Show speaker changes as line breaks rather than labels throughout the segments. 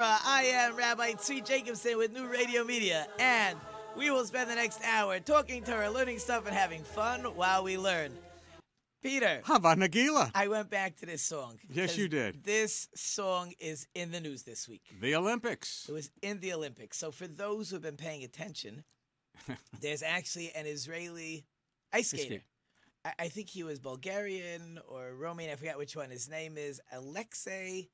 Uh, am Rabbi Tzvi Jacobson with New Radio Media, and we will spend the next hour talking to her, learning stuff, and having fun while we learn. Peter,
How about Nagila?
I went back to this song.
Yes,
'cause
you did.
This song is in the news this week.
The Olympics.
It was in the Olympics. So for those who've been paying attention, there's actually an Israeli ice
Ice
skater.
skater.
I, I think he was Bulgarian or Romanian. I forgot which one his name is. Alexei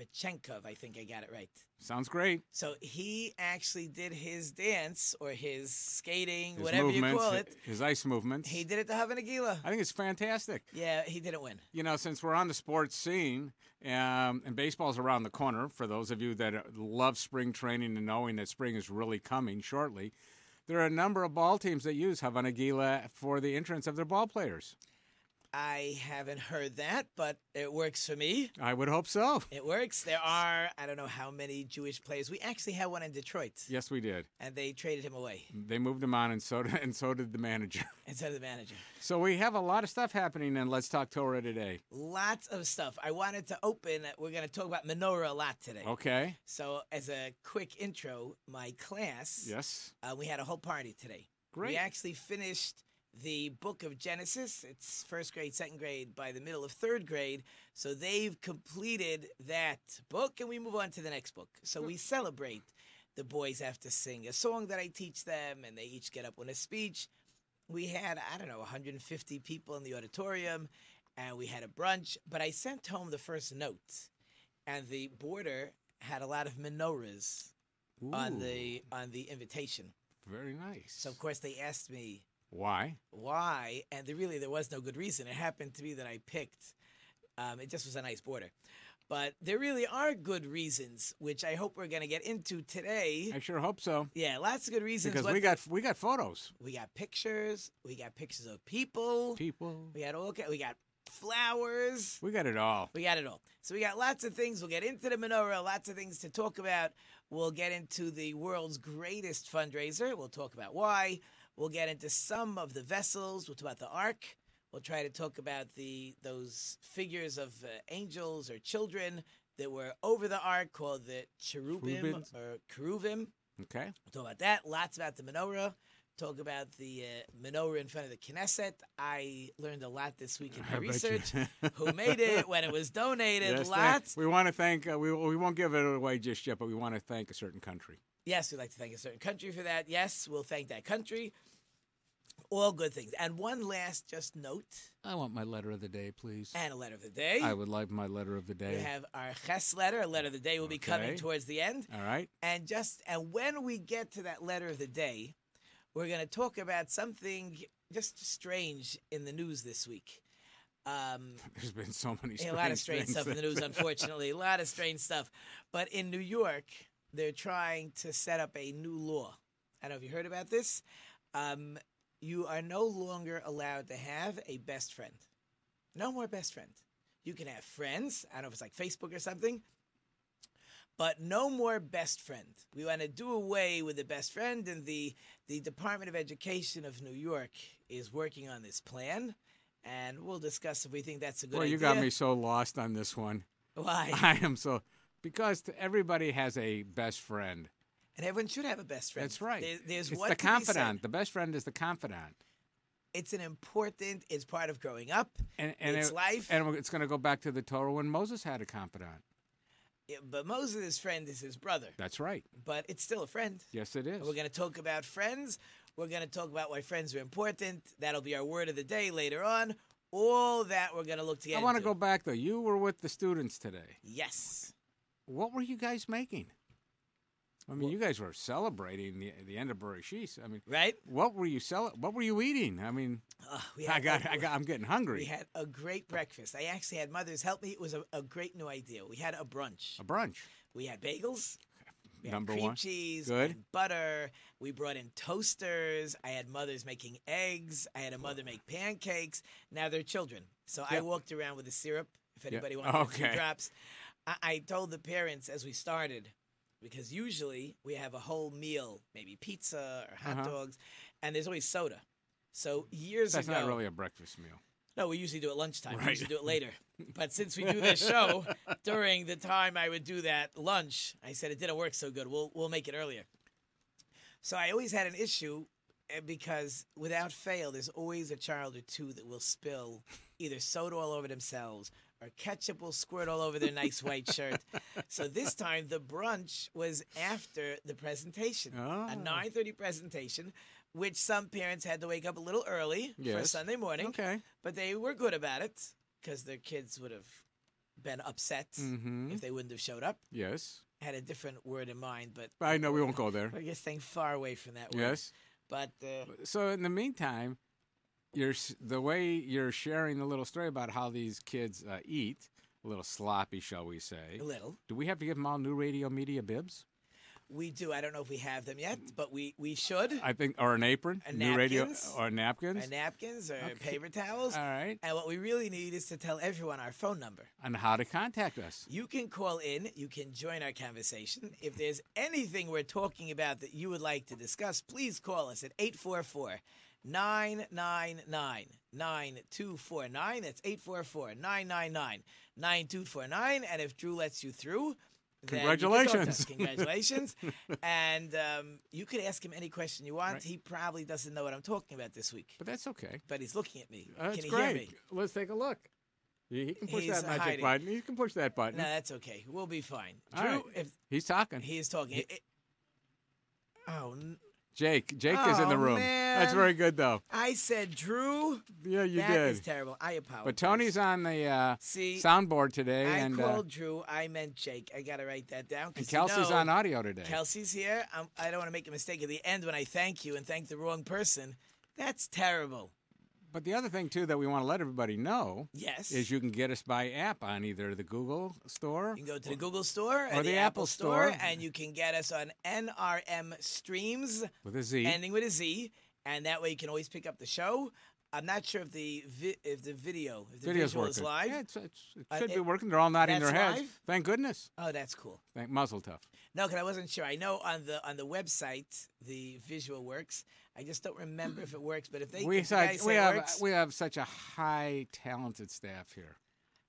Bechenkov. I think I got it right.
Sounds great.
So he actually did his dance or his skating,
His
whatever you
movements,
call
hi-
it.
His ice movements.
He did it to Havana Gila.
I think it's fantastic.
Yeah, he didn't win.
You know, since we're on the sports scene, um, and baseball's around the corner, for those of you that uh, love spring training and knowing that spring is really coming shortly, there are a number of ball teams that use Havana Gila for the entrance of their ball players.
I haven't heard that, but it works for me.
I would hope so.
It works. There are, I don't know how many Jewish players. We actually had one in Detroit,
Yes, we did.
and they traded him away
They moved him on, and so did, and so did the manager.
instead of the manager.
So we have a lot of stuff happening in Let's Talk Torah today.
Lots of stuff. I wanted to open, we're going to talk about menorah a lot today.
Okay.
So, as a quick intro, my class,
Yes.
uh, we had a whole party today. We
Great.
actually finished the book of Genesis. It's first grade, second grade, by the middle of third grade. So they've completed that book, and we move on to the next book. So we celebrate. The boys have to sing a song that I teach them, and they each get up with a speech. We had, I don't know, 150 people in the auditorium, and we had a brunch. But I sent home the first note, and the border had a lot of menorahs on
Ooh,
the on the invitation.
very nice.
So of course they asked me
why?
why, and there really there was no good reason. It happened to be that I picked. Um, it just was a nice border, but there really are good reasons, which I hope we're going to get into today.
I sure hope so
Yeah, lots of good reasons.
because
What-
we got we got photos.
we got pictures, we got pictures of people,
People.
we got all ki- we got flowers.
We got it all.
We got it all. So we got lots of things. We'll get into the menorah, lots of things to talk about. We'll get into the world's greatest fundraiser. We'll talk about why. We'll get into some of the vessels. We'll talk about the ark. We'll try to talk about the those figures of uh, angels or children that were over the ark called the cherubim
Cherubims.
or keruvim.
Okay.
We'll talk about that. Lots about the menorah. Talk about the uh, menorah in front of the Knesset. I learned a lot this week in
I
my
bet you-
research who made it, when it was donated,
Yes, thank-
lots.
we want to thank. Uh, we we won't give it away just yet, but we want to thank a certain country.
Yes, we'd like to thank a certain country for that. Yes, we'll thank that country. All good things. And one last just note
I want my letter of the day, please.
and a letter of the day.
I would like my letter of the
we
day.
have our Ches letter. A letter of the day will be coming
Okay.
towards the end.
all right.
And just and when we get to that letter of the day, we're going to talk about something just strange in the news this week. Um,
There's been so many.
a lot of
strange
strange stuff in
things
the news, unfortunately. a lot of strange stuff. But in New York, they're trying to set up a new law. I don't know if you heard about this. Um, you are no longer allowed to have a best friend. No more best friend. You can have friends. I don't know if it's like Facebook or something. But no more best friend. We want to do away with the best friend, and the the Department of Education of New York is working on this plan, and we'll discuss if we think that's a good
Boy,
idea.
you got me so lost on this one.
Why?
I am so because t- everybody has a best friend.
And everyone should have a best friend.
That's right.
There, there's
it's
what
the
to be said.
confidant. The best friend is the confidant.
It's an important. It's part of growing up.
And, and
it's
it-
life.
And it's going to go back to the Torah when Moses had a confidant.
Yeah, but Moses' friend is his brother.
That's right.
But it's still a friend.
Yes, it is.
We're going to talk about friends. We're going to talk about why friends are important. That'll be our word of the day later on. All that we're going to look to get
I want to
into.
go back though. You were with the students today.
Yes.
What were you guys making? I mean, you guys were celebrating the the end of Bereshit. I mean,
Right.
what were you sell? What were you eating? I mean,
Ah, we
I
had
got,
a-
I got, I'm getting hungry.
We had a great breakfast. I actually had mothers help me. It was a, a great new idea. We had a brunch.
a brunch.
We had bagels. We had
Number
cream
one.
cheese
Good.
and butter. We brought in toasters. I had mothers making eggs. I had a mother make pancakes. Now they're children. So I
Yeah.
walked around with a syrup if anybody
Yeah.
wanted a few
Okay.
drops. I, I told the parents as we started, because usually we have a whole meal, maybe pizza or hot
Uh-huh.
dogs, and there's always soda. So years
That's
ago,
not really a breakfast meal.
no, we usually do it lunchtime. We
Right.
usually do it later. But since we do this show during the time I would do that lunch, I said it didn't work so good. We'll we'll make it earlier. So I always had an issue eh, because without fail, there's always a child or two that will spill either soda all over themselves or ketchup will squirt all over their nice white shirt. So this time the brunch was after the presentation,
Ah.
a 9:30 presentation, which some parents had to wake up a little early for
Yes.
Sunday morning
Okay.
but they were good about it because their kids would have been upset
hmm
if they wouldn't have showed up.
Yes.
Had a different word in mind, but
But I know we won't go there.
we're just staying far away from that word.
Yes.
But uh,
So in the meantime, you're s- the way you're sharing the little story about how these kids uh, eat, a little sloppy, shall we say?
a little.
Do we have to give them all new radio media bibs?
We do. I don't know if we have them yet, but we, we should.
I think, or an apron,
Uh,
new radio,
napkins?
or napkins.
Our napkins or
Okay. Uh,
paper towels.
all right,
and what we really need is to tell everyone our phone number.
and how to contact us.
You can call in. You can join our conversation. If there's anything we're talking about that you would like to discuss, please call us at 844 999 9249. That's 844 999 9249. And if Drew lets you through, then you can talk to us.
Congratulations.
Congratulations. and um, you could ask him any question you want.
Right.
He probably doesn't know what I'm talking about this week,
But that's okay.
but he's looking at me.
That's
can he
great.
hear me?
Let's take a look. He, he can push
He's
that magic
hiding.
button. He can push that button.
No, that's okay. We'll be fine.
All
Drew,
right.
if
He's talking.
He is talking. It- it- oh, n-
Jake. Jake is in the
Oh,
room. That's
man.
very good, though.
I said Drew.
Yeah, you
That
did.
is terrible. I apologize.
but Tony's on the uh,
see.
soundboard today,
I
and, uh,
called Drew. I meant Jake. I gotta write that down. 'cause
and
you
Kelsey's
know,
on audio today.
Kelsey's here. I'm, I don't want to make a mistake at the end when I thank you and thank the wrong person. That's terrible.
But the other thing too that we want to let everybody know
Yes.
is you can get us by app on either the Google Store.
You can go to the Google Store or,
Or
the,
the
Apple
Apple
Store,
Store.
and you can get us on NRM Streams.
With a Z.
ending with a Z, and that way you can always pick up the show. I'm not sure if the vi- if the video if the
Video's
visual
working.
is live.
Yeah, it's, it's, it
Uh,
should
it-
be working. They're all nodding their
that's
heads.
live?
Thank goodness.
Oh, that's cool.
Thank Muzzle Tough.
No, because I wasn't sure. I know on the on the website the visual works. I just don't remember if it works. But if they
we
if the
such-
guys
we
say it
have
works,
we have such a high talented staff here.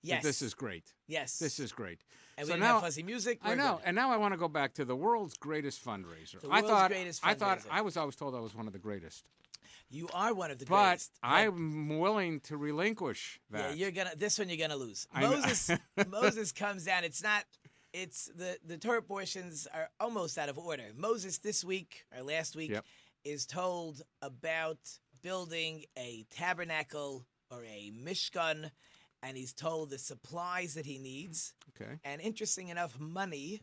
that
yes,
This is great.
yes,
This is great.
and we
so
didn't
now
have fuzzy music.
I
We're
know.
good.
And now I want to go back to the world's greatest fundraiser.
The
I
world's
thought
greatest
I thought
fundraiser.
I was always told I was one of the greatest.
you are one of the
But
greatest.
I'm willing to relinquish
yeah,
that.
you're gonna this one you're gonna lose.
I know.
Moses Moses comes down. It's not. It's the the Torah portions are almost out of order. Moses this week or last week
Yep.
is told about building a tabernacle or a mishkan, and he's told the supplies that he needs.
okay.
And interesting enough, money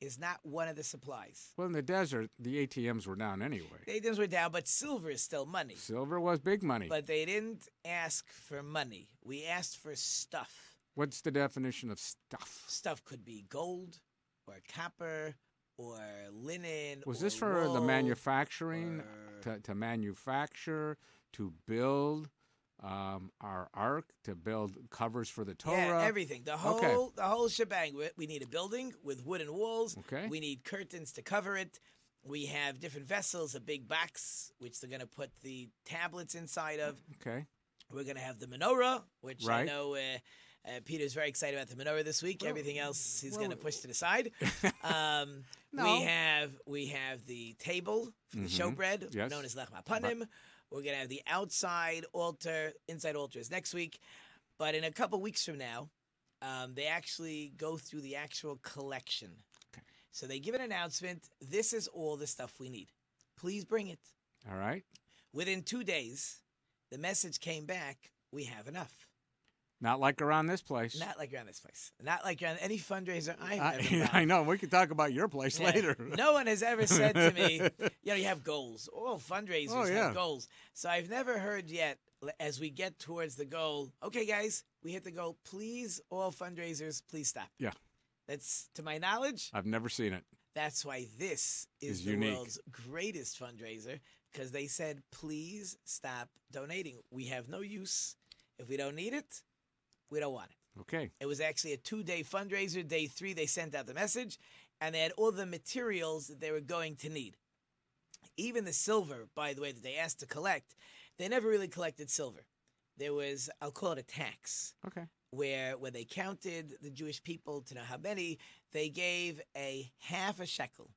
is not one of the supplies.
Well, in the desert, the ATMs were down anyway.
The items were down, but silver is still money.
Silver was big money.
But they didn't ask for money. We asked for stuff.
What's the definition of stuff?
stuff could be gold or copper or linen.
Was
or
this for the
wool
manufacturing,
or-
to, to manufacture, to build um, our ark, to build covers for the Torah?
Yeah, everything. The whole
Okay.
the whole shebang. We, we need a building with wooden walls.
Okay.
We need curtains to cover it. We have different vessels, a big box which they're going to put the tablets inside of.
okay.
We're going to have the menorah, which I
Right.
know uh, uh, Peter's very excited about the menorah this week.
Well,
Everything else he's
well,
going to push to the side. Um,
No.
We have we have the table for the
Mhm.
showbread,
Yes.
known as lechma panim. We're gonna have the outside altar. Inside altar is next week, but in a couple weeks from now, um, they actually go through the actual collection.
Okay.
So they give an announcement. This is all the stuff we need. Please bring it.
All right.
Within two days, the message came back. We have enough.
Not like around this place.
Not like around this place. Not like around any fundraiser I've ever
I,
been.
I know. We could talk about your place
Yeah.
later.
No one has ever said to me, you know, you have goals. All fundraisers
Oh,
have
yeah.
goals. So I've never heard yet, l- as we get towards the goal, okay, guys, we hit the goal. Please, all fundraisers, please stop.
Yeah.
That's, to my knowledge,
I've never seen it.
that's why this is,
Is
the
unique.
world's greatest fundraiser because they said, please stop donating. We have no use. If we don't need it, we don't want it.
Okay.
It was actually a two day fundraiser. Day three, they sent out the message and they had all the materials that they were going to need. Even the silver, by the way, that they asked to collect, they never really collected silver. There was, I'll call it a tax.
Okay.
where when they counted the Jewish people to know how many, they gave a half a shekel,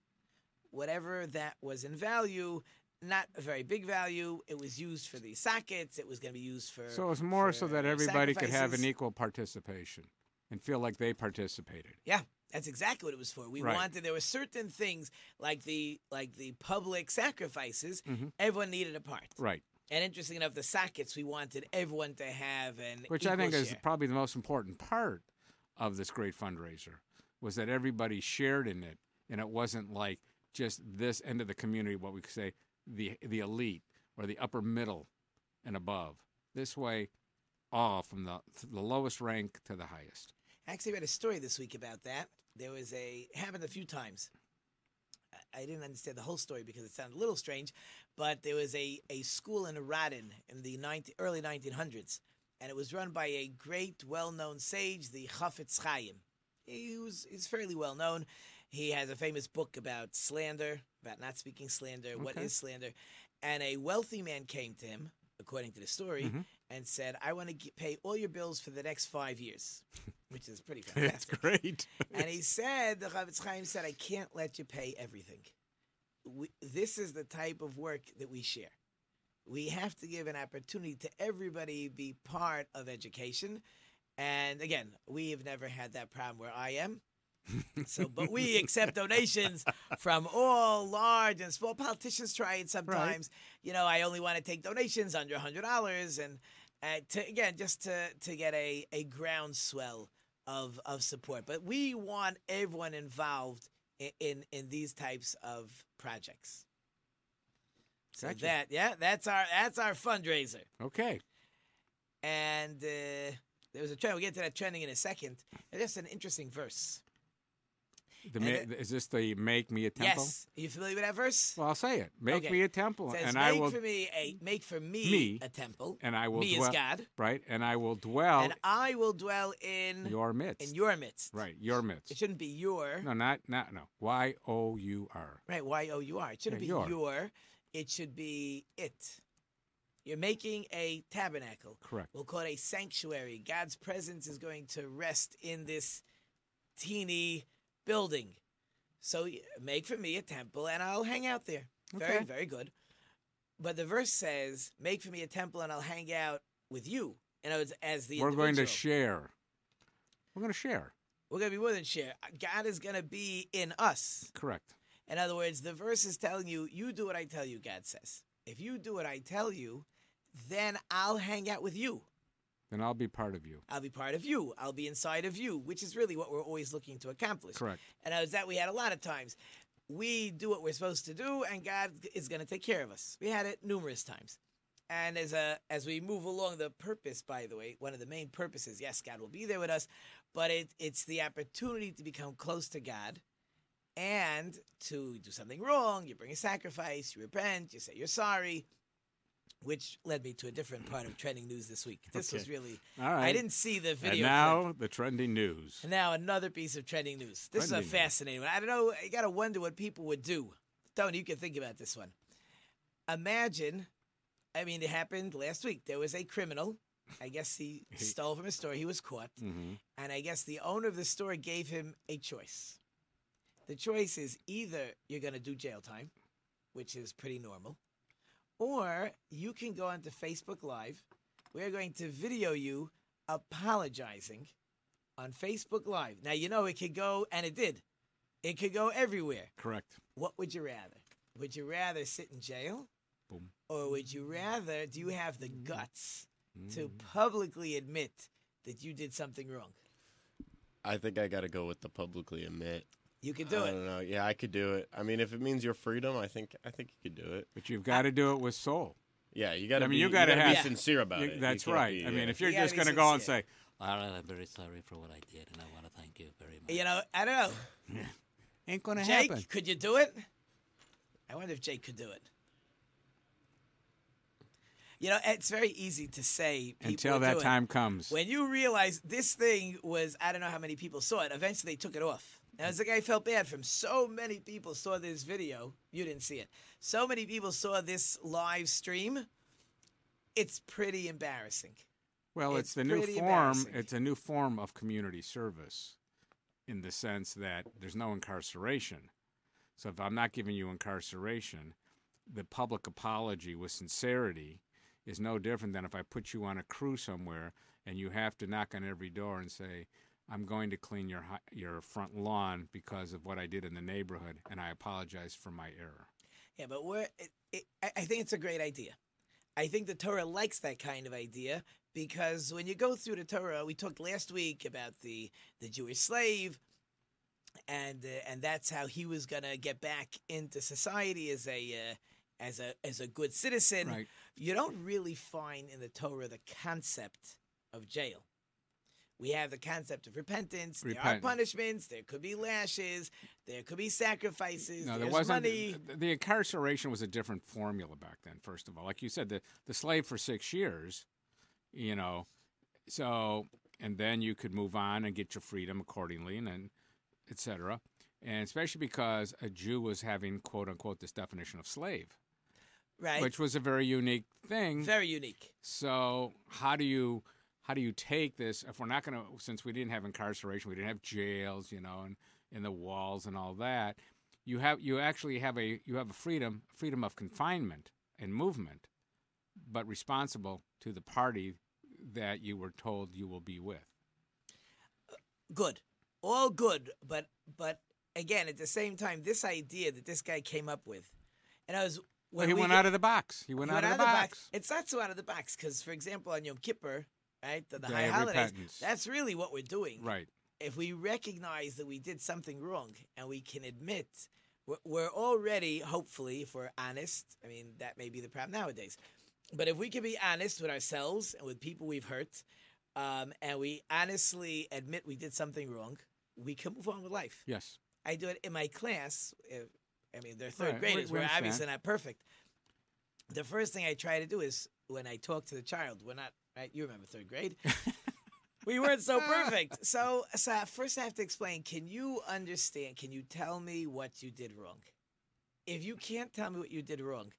whatever that was in value. Not a very big value. It was used for the sockets. It was going to be used for.
So it's more so
for
that everybody could have an
sacrifices.
equal participation and feel like they participated.
Yeah, that's exactly what it was for. We
Right.
wanted there were certain things like the like the public sacrifices.
Mhm.
Everyone needed a part,
Right.
and interesting enough, the sockets we wanted everyone to have an
Which I
equal
think
share.
is probably the most important part of this great fundraiser was that everybody shared in it and it wasn't like just this end of the community, what we could say the the elite or the upper middle and above. This way all from the the lowest rank to the highest.
Actually, I read a story this week about that. There was a it happened a few times. I- I didn't understand the whole story because it sounded a little strange, but there was a, a school in Radin in the 19, early 1900s, and it was run by a great, well-known sage, the Chafetz Chaim. He was he's fairly well known. He has a famous book about slander, about not speaking slander, what
Okay.
is slander, and a wealthy man came to him, according to the story,
Mhm.
and said, "I want to pay all your bills for the next five years," which is pretty fantastic.
That's great.
And he said, the Chavetz Chaim said, I can't let you pay everything. We, this is the type of work that we share. We have to give an opportunity to everybody be part of education. And again, we have never had that problem where I am. So, but we accept donations from all large and small politicians. Try it sometimes. You know, I only want to take donations under hundred dollars, and uh, to again just to to get a a groundswell of of support. But we want everyone involved in in, in these types of projects. So
Gotcha.
that yeah, that's our that's our fundraiser.
Okay.
And uh, there was a trend. We'll get to that trending in a second. And that's an interesting verse.
The
And
ma-
it-
is this the make me a temple?
Yes, are you familiar with that verse?
Well, I'll say it. Make
Okay.
me a temple,
It says,
and
make
I will,
for me a make for me,
Me.
a temple.
and I will
me
dwell
is God,
right, and I will dwell
and I will dwell in
in your midst.
in your midst.
right, your midst.
It shouldn't be your
No, not not no. Y O U R.
right. Y O U R. It shouldn't
Yeah,
be
your.
your. It should be it. You're making a tabernacle.
Correct.
We'll call it a sanctuary. God's presence is going to rest in this teeny building. So y- make for me a temple and I'll hang out there. Very,
Okay.
very good. But the verse says, Make for me a temple and I'll hang out with you. In other words, as the
We're going to
individual.
share. We're going to share.
We're going to be more than share. God is going to be in us.
Correct.
In other words, the verse is telling you, you do what I tell you, God says. If you do what I tell you, then I'll hang out with you.
Then I'll be part of you.
I'll be part of you. I'll be inside of you, which is really what we're always looking to accomplish.
Correct.
And as that we had a lot of times. We do what we're supposed to do, and God is going to take care of us. We had it numerous times. And as a as we move along, the purpose, by the way, one of the main purposes, yes, God will be there with us, but it, it's the opportunity to become close to God, and to do something wrong, you bring a sacrifice, you repent, you say you're sorry, which led me to a different part of trending news this week. This was
Okay.
really
All right.
I didn't see the video.
And
clip.
now the trending news.
And now another piece of trending news. This
Trending
is
news.
a fascinating one. I don't know. You got to wonder what people would do. Tony, you can think about this one. Imagine, I mean, it happened last week. There was a criminal. I guess he
He-
stole from a store. He was caught.
hmm
And I guess the owner of the store gave him a choice. The choice is either you're going to do jail time, which is pretty normal, or you can go onto Facebook Live. We're going to video you apologizing on Facebook Live. Now, you know, it could go, and it did, it could go everywhere.
Correct.
What would you rather? Would you rather sit in jail?
Boom.
Or would you rather, do you have the guts to
Mm.
publicly admit that you did something wrong?
I think I got to go with the publicly admit.
You can do
I
it.
Uh,
don't know. Yeah, I could do it. I mean, if it means your freedom, I think I think you could do it.
But you've got to do it with soul.
Yeah, you got to.
I mean, you
you got
gotta
to
have-
be sincere about
You-
it. You
that's
can't
right.
be, uh,
I mean,
yeah.
if you're
You gotta
just
be
going to go and
sincere.
say,
All right, I'm very sorry for what I did, and I want to thank you very much.
You know, I don't know.
ain't going to
Jake,
happen.
could you do it? I wonder if Jake could do it. You know, it's very easy to say people
Until
would
that
do it.
time comes.
When you realize this thing was, I don't know how many people saw it. Eventually, they took it off. Now, it's like I felt bad from so many people saw this video. You didn't see it. So many people saw this live stream. It's pretty embarrassing.
Well, it's,
It's
the new
pretty
form.
embarrassing.
It's a new form of community service, in the sense that there's no incarceration. So if I'm not giving you incarceration, the public apology with sincerity is no different than if I put you on a crew somewhere and you have to knock on every door and say, "I'm going to clean your hi- your front lawn because of what I did in the neighborhood, and I apologize for my error."
Yeah, but we're. It, it, I I think it's a great idea. I think the Torah likes that kind of idea because when you go through the Torah, we talked last week about the the Jewish slave, and uh, and that's how he was gonna get back into society as a uh, as a as a good citizen.
Right.
You don't really find in the Torah the concept of jail. We have the concept of repentance. There are
Repent.
punishments. There could be lashes. There could be sacrifices.
No,
there's
there wasn't.
money.
th- The incarceration was a different formula back then. First of all, like you said, the the slave for six years, you know, so and then you could move on and get your freedom accordingly, and then et cetera. And especially because a Jew was having quote unquote this definition of slave,
right.
which was a very unique thing.
Very unique.
So how do you how do you take this if we're not going to since we didn't have incarceration, we didn't have jails, you know, and in the walls and all that. You have you actually have a you have a freedom freedom of confinement and movement, but responsible to the party that you were told you will be with.
Good. All good. But but again, at the same time, this idea that this guy came up with, and I was
Well,
when
he
we
went
get-
out of the box. He went,
he
out, of the box.
It's not so out of the box because, for example, on Yom Kippur, right, the, the
Day
high
of
holidays,
repentance.
that's really what we're doing.
Right.
If we recognize that we did something wrong and we can admit. we're- We're already, hopefully, if we're honest, I mean, that may be the problem nowadays. But if we can be honest with ourselves and with people we've hurt, um, and we honestly admit we did something wrong, we can move on with life.
Yes.
I do it in my class. If, I mean, they're third
Right, we-
graders. We,
we
are
understand.
obviously not perfect. The first thing I try to do is when I talk to the child, we're not, right? You remember third grade. we weren't so perfect. So, so I- first I have to explain can you understand? Can you tell me what you did wrong? If you can't tell me what you did wrong,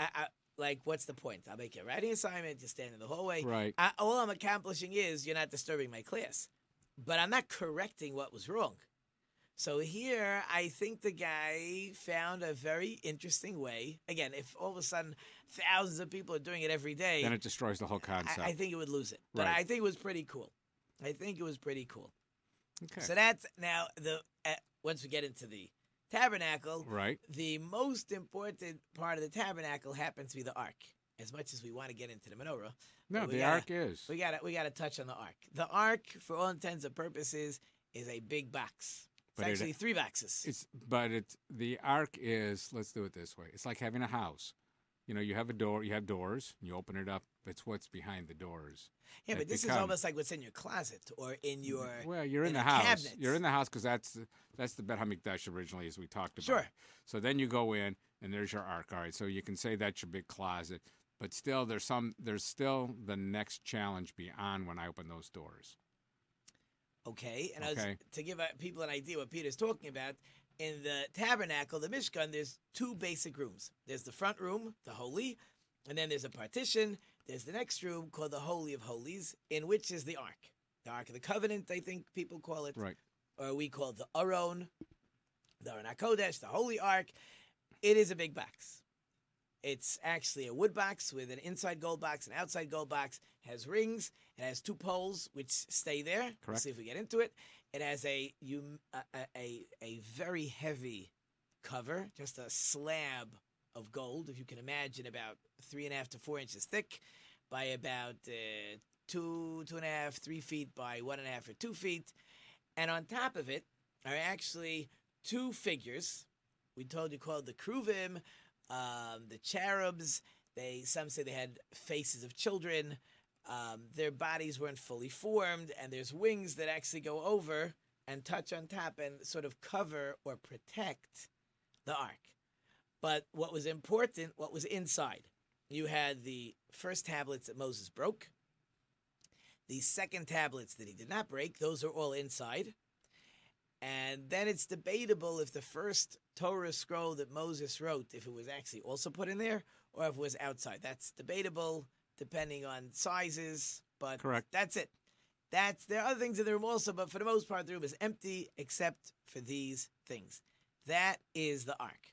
I, I, like, what's the point? I'll make you a writing assignment, you stand in the hallway.
Right.
I, all I'm accomplishing is you're not disturbing my class, but I'm not correcting what was wrong. So here, I think the guy found a very interesting way. Again, if all of a sudden thousands of people are doing it every day,
Then it destroys the whole
I,
concept.
I think it would lose it. But
Right.
I think it was pretty cool. I think it was pretty cool.
okay.
So that's now the uh, once we get into the tabernacle,
right.
the most important part of the tabernacle happens to be the ark. As much as we want to get into the menorah,
No,
we
the
gotta-
arc is.
we gotta we gotta touch on the ark. The ark, for all intents and purposes, is a big box. It's
But it-
actually three boxes.
It's but it's the arc is let's do it this way. It's like having a house. You know, you have a door, you have doors, and you open it up. It's what's behind the doors.
yeah, but
it
this is
becomes-
almost like what's in your closet or in your.
well, you're in,
in
the
a
house.
cabinet.
You're in the house because that's the- that's the Bet Hamikdash originally, as we talked about.
Sure.
So then you go in, and there's your ark. All right, so you can say that's your big closet, but still, there's some. There's still the next challenge beyond when I open those doors.
Okay, and I was
Okay.
to give uh, people an idea what Peter's talking about. In the tabernacle, the Mishkan, there's two basic rooms. There's the front room, the holy, and then there's a partition. There's the next room called the Holy of Holies, in which is the Ark, the Ark of the Covenant. I think people call it.
Right.
or we call it the Aron, the Aron HaKodesh, the Holy Ark. It is a big box. It's actually a wood box with an inside gold box, an outside gold box. has rings. It has two poles which stay there. We'll
Correct.
see if we get into it. It has a you a, a- a a very heavy cover, just a slab of gold, if you can imagine, about three and a half to four inches thick, by about uh, two two and a half, three feet by one and a half or two feet. And on top of it are actually two figures. We told you called the Kruvim, um, the cherubs. They some say they had faces of children. Um, their bodies weren't fully formed, and there's wings that actually go over and touch on top and sort of cover or protect the ark. But what was important, what was inside, you had the first tablets that Moses broke. The second tablets that he did not break, those are all inside. And then it's debatable if the first Torah scroll that Moses wrote, if it was actually also put in there or if it was outside. That's debatable depending on sizes. But
Correct.
that's it. That's there are other things in the room also, but for the most part, the room is empty except for these things. That is the ark.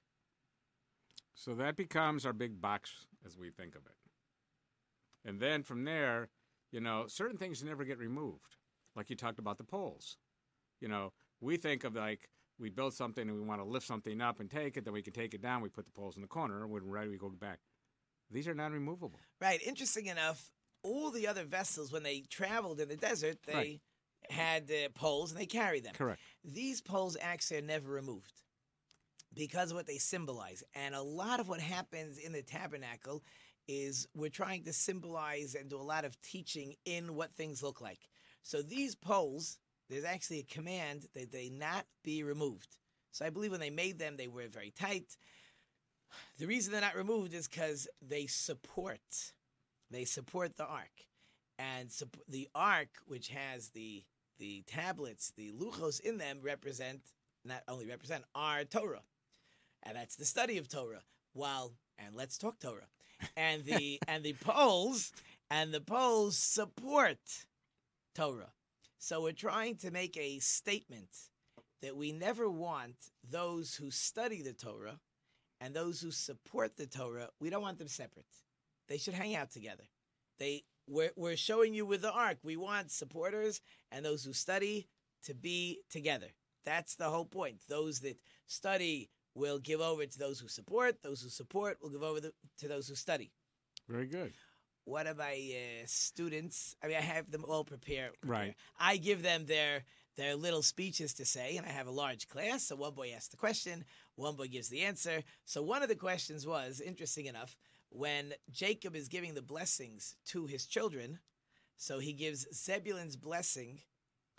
So that becomes our big box as we think of it. And then from there, you know, certain things never get removed. Like you talked about the poles. You know, we think of like we build something and we want to lift something up and take it, then we can take it down, we put the poles in the corner, and when ready we go back. These are non removable.
Right. Interesting enough, all the other vessels when they traveled in the desert, they
Right.
had uh, poles and they carried them.
Correct.
these poles actually are never removed because of what they symbolize. And a lot of what happens in the tabernacle is we're trying to symbolize and do a lot of teaching in what things look like. So these poles, there's actually a command that they not be removed. So I believe when they made them, they were very tight. The reason they're not removed is because they support, they support the ark, and sup- the ark, which has the the tablets, the luchos in them represent not only represent our Torah, and that's the study of Torah. While and let's talk Torah, and the and the poles and the poles support Torah. So we're trying to make a statement that we never want those who study the Torah and those who support the Torah. We don't want them separate. They should hang out together. They we're, we're showing you with the ark. We want supporters and those who study to be together. That's the whole point. Those that study will give over to those who support. Those who support will give over the, to those who study.
Very good.
One of my uh, students, I mean, I have them all prepare.
Right.
I give them their their little speeches to say, and I have a large class. So one boy asks the question, one boy gives the answer. So one of the questions was interesting enough when Jacob is giving the blessings to his children. So he gives Zebulun's blessing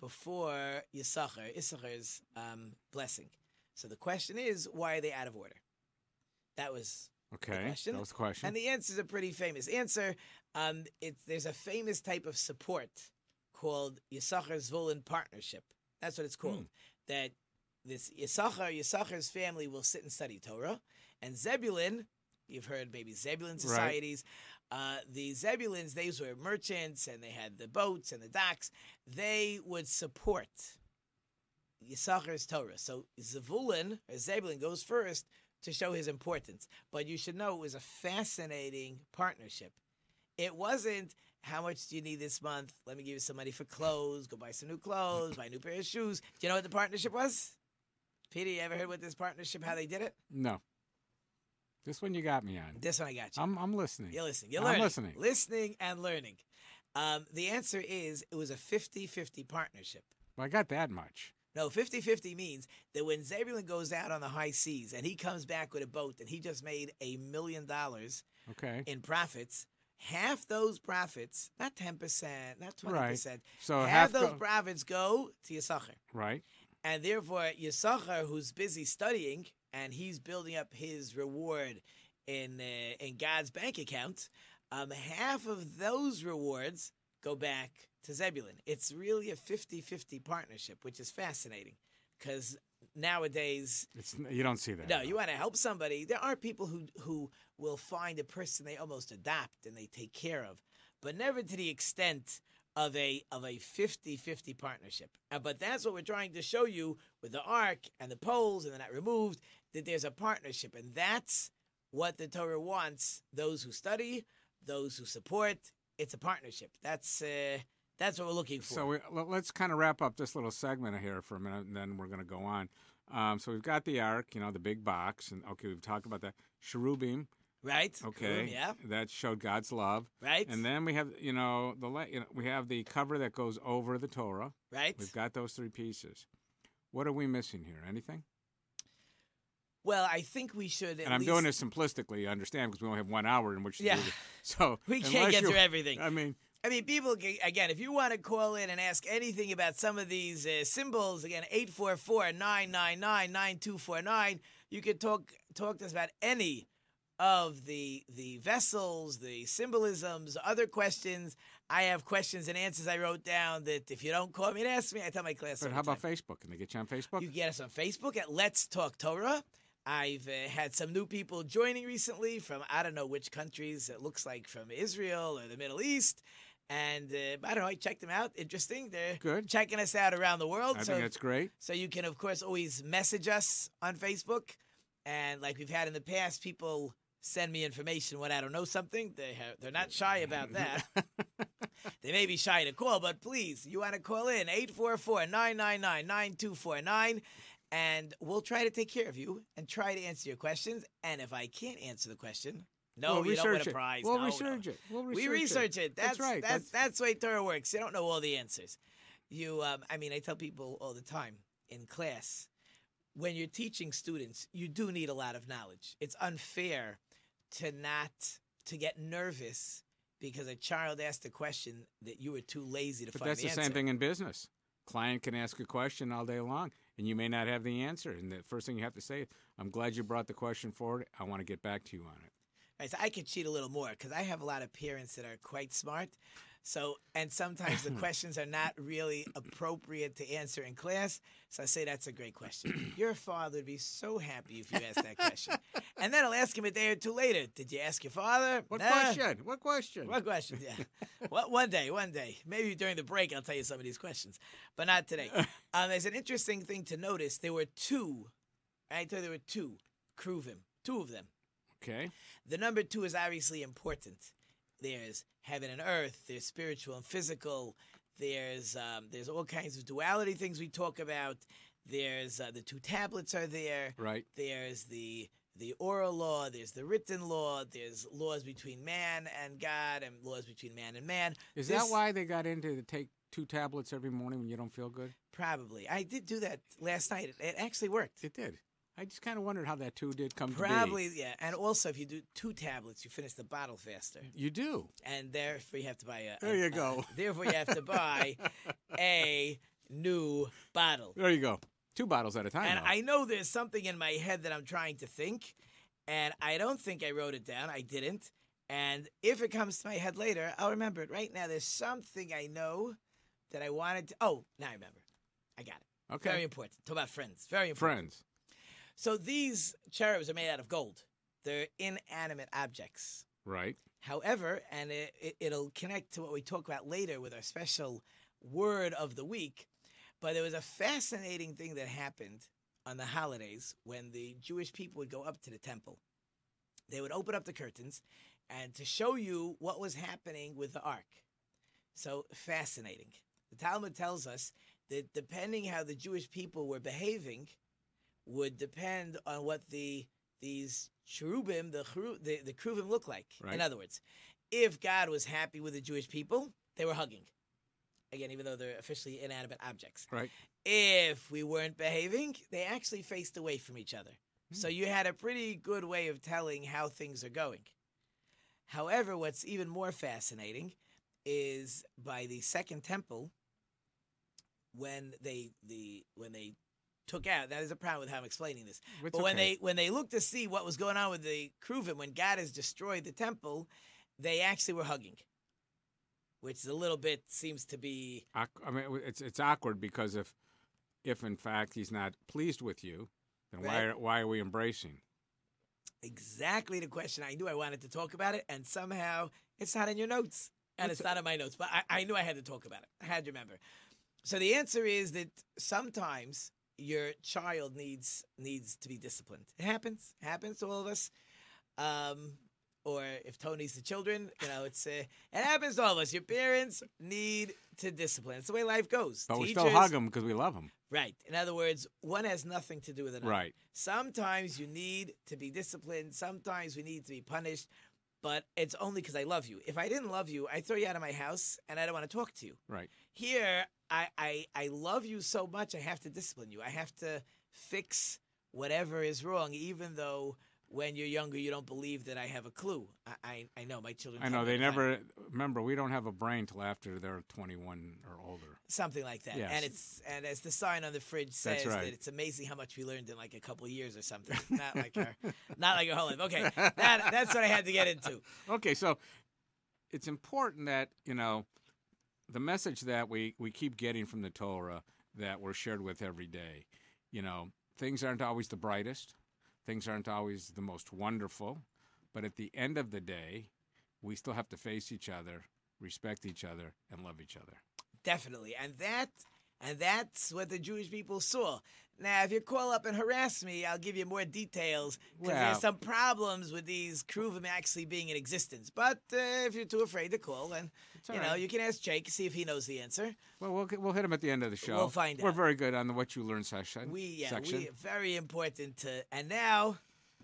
before Yisachar, Issachar's um, blessing. So the question is, why are they out of order? That was
Okay.
question.
That was the question.
and the answer is a pretty famous answer. Um, it's, there's a famous type of support called Yisachar Zvulun partnership. That's what it's called. That this Yisachar, Yisachar's family will sit and study Torah, and Zebulun, you've heard maybe Zebulun societies. Uh, the Zebulons, these were merchants, and they had the boats and the docks. They would support Yisachar's Torah. So Zebulun or Zebulun goes first to show his importance. But you should know it was a fascinating partnership. It wasn't how much do you need this month? Let me give you some money for clothes. Go buy some new clothes. Buy a new pair of shoes. Do you know what the partnership was? Peter, you ever heard what this partnership? How they did it?
no. This one you got me on.
This one I got you.
I'm I'm listening.
You're listening. You're
I'm
learning.
listening.
Listening and learning. Um, the answer is it was a 50-50 partnership.
Well, I got that much.
No, 50 50 means that when Zebulon goes out on the high seas and he comes back with a boat that he just made a million dollars
Okay.
in profits, half those profits, not 10%, not 20%,
So
half,
half
those
go-
profits go to Yisachar.
Right.
And therefore, Yisachar, who's busy studying and he's building up his reward in, uh, in God's bank account, um, half of those rewards go back to Zebulun. It's really a 50 50 partnership, which is fascinating because nowadays,
It's you don't see that.
no, you want to help somebody. There are people who, who will find a person they almost adopt and they take care of, but never to the extent of a of a 50-50 partnership. Uh, But that's what we're trying to show you with the ark and the poles and they're not removed, that there's a partnership. And that's what the Torah wants. Those who study, those who support, it's a partnership. That's uh, that's what we're looking for.
So we, let- let's kind of wrap up this little segment here for a minute, and then we're going to go on. Um, so we've got the ark, you know, the big box, and okay, we've talked about that cherubim.
right?
Okay,
Yeah.
that showed God's love,
Right?
and then we have, you know, the la- you know, we have the cover that goes over the Torah.
right?
We've got those three pieces. What are we missing here? Anything?
Well, I think we should at
and I'm doing
least-
this simplistically, you understand, because we only have one hour in which to
Yeah.
do this. So
We can't
unless
get
you-
through everything.
I mean,
I mean, people, can- again, if you want to call in and ask anything about some of these uh, symbols, again, 844 999 9249, you can talk, talk to us about any of the the vessels, the symbolisms, other questions. I have questions and answers I wrote down that if you don't call me and ask me, I tell my class.
but
all
how
the
about
time.
Facebook? Can they get you on Facebook?
You can get us on Facebook at Let's Talk Torah. I've uh, had some new people joining recently from I don't know which countries. It looks like from Israel or the Middle East. And uh, I don't know, I checked them out. Interesting. They're
Good.
checking us out around the world.
I
so
think that's great.
so you can, of course, always message us on Facebook. And like we've had in the past, people send me information when I don't know something. They ha they're not shy about that. they may be shy to call, but please, you want to call in 844 999 9249. And we'll try to take care of you and try to answer your questions. And if I can't answer the question, no,
we'll
you
research
don't win a
it.
prize.
We'll
No, no.
research it. We'll research
we research it. That's,
That's right.
That's, that's, the way Torah works. You don't know all the answers. You, um, I mean, I tell people all the time in class when you're teaching students, you do need a lot of knowledge. It's unfair to not to get nervous because a child asked a question that you were too lazy to
But
find
that's the
the answer.
same thing in business. Client can ask a question all day long, and you may not have the answer. And the first thing you have to say is, "I'm glad you brought the question forward. I want to get back to you on it."
Right, so I could cheat a little more because I have a lot of parents that are quite smart. So, and sometimes the questions are not really appropriate to answer in class. So I say that's a great question. Your father would be so happy if you asked that question. and then I'll ask him a day or two later. Did you ask your father?
What
Nah.
question? What question?
What question? Yeah. what, one day, one day. Maybe during the break, I'll tell you some of these questions, but not today. Um, there's an interesting thing to notice. There were two, I told you there were two, Kruvim, two of them.
Okay.
The number two is obviously important. There's heaven and earth. There's spiritual and physical. There's um, there's all kinds of duality things we talk about. There's uh, the two tablets are there.
Right.
There's the the oral law. There's the written law. There's laws between man and God, and laws between man and man.
Is
This-
that why they got into the take two tablets every morning when you don't feel good?
Probably. I did do that last night. It, it actually worked.
It did. I just kind of wondered how that two did come to
Probably, yeah. And also, if you do two tablets, you finish the bottle faster.
be. You do.
and therefore you have to buy a.
There
a-
you
a-
go.
therefore, you have to buy a new bottle.
There you go. Two bottles at a time.
And
now.
I know there's something in my head that I'm trying to think, and I don't think I wrote it down. I didn't. And if it comes to my head later, I'll remember it. Right now, there's something I know that I wanted to. Oh, now I remember. I got it.
okay.
Very important. Talk about friends. Very important.
Friends.
So these cherubs are made out of gold. They're inanimate objects.
Right.
However, and it, it, it'll connect to what we talk about later with our special word of the week, but there was a fascinating thing that happened on the holidays when the Jewish people would go up to the temple. They would open up the curtains and to show you what was happening with the ark. So fascinating. The Talmud tells us that depending how the Jewish people were behaving would depend on what the these cherubim, the cheru- the, the keruvim look like.
Right.
In other words, if God was happy with the Jewish people, they were hugging. Again, even though they're officially inanimate objects.
Right.
If we weren't behaving, they actually faced away from each other. So you had a pretty good way of telling how things are going. However, what's even more fascinating is by the second temple when they the when they took out that is a problem with how I'm explaining this.
It's
But when
okay.
they when they looked to see what was going on with the Kruvim, when God has destroyed the temple, they actually were hugging, which is a little bit seems to be
Awk- I mean, it's it's awkward because if if in fact he's not pleased with you, then why
Right.
are, why are we embracing?
exactly the question I knew I wanted to talk about it, and somehow it's not in your notes, and it's not in my notes. But I, I knew I had to talk about it. I had to remember. So the answer is that sometimes your child needs needs to be disciplined. It happens. It happens to all of us. Um, or if Tony's the children, you know, it's uh, it happens to all of us. Your parents need to discipline. It's the way life goes.
But we
Teachers,
still hug him because we love him.
Right. In other words, one has nothing to do with another.
Right.
Sometimes you need to be disciplined. Sometimes we need to be punished. But it's only because I love you. If I didn't love you, I'd throw you out of my house and I don't want to talk to you.
Right.
Here, I, I, I love you so much, I have to discipline you. I have to fix whatever is wrong, even though when you're younger, you don't believe that I have a clue. I, I, I know my children.
I
tell
know
me
they
all the time.
never remember. We don't have a brain till after they're 21 or older.
something like that.
Yes.
And it's and as the sign on the fridge says,
right.
that it's amazing how much we learned in like a couple of years or something. not like our, not like our whole life. Okay, that that's what I had to get into.
Okay, so it's important that you know the message that we we keep getting from the Torah that we're shared with every day. You know, things aren't always the brightest, things aren't always the most wonderful, but at the end of the day, we still have to face each other respect each other, and love each other.
Definitely. And that and that's what the Jewish people saw. Now, if you call up and harass me, I'll give you more details because
Well-
there's some problems with these Kruvim actually being in existence. But uh, if you're too afraid to call, then
all
you know
right.
you can ask Jake see if he knows the answer.
Well, we'll we'll hit him at the end of the show.
We'll find
We're
out.
very good on the what you learn section.
We yeah,
section.
we very important to and now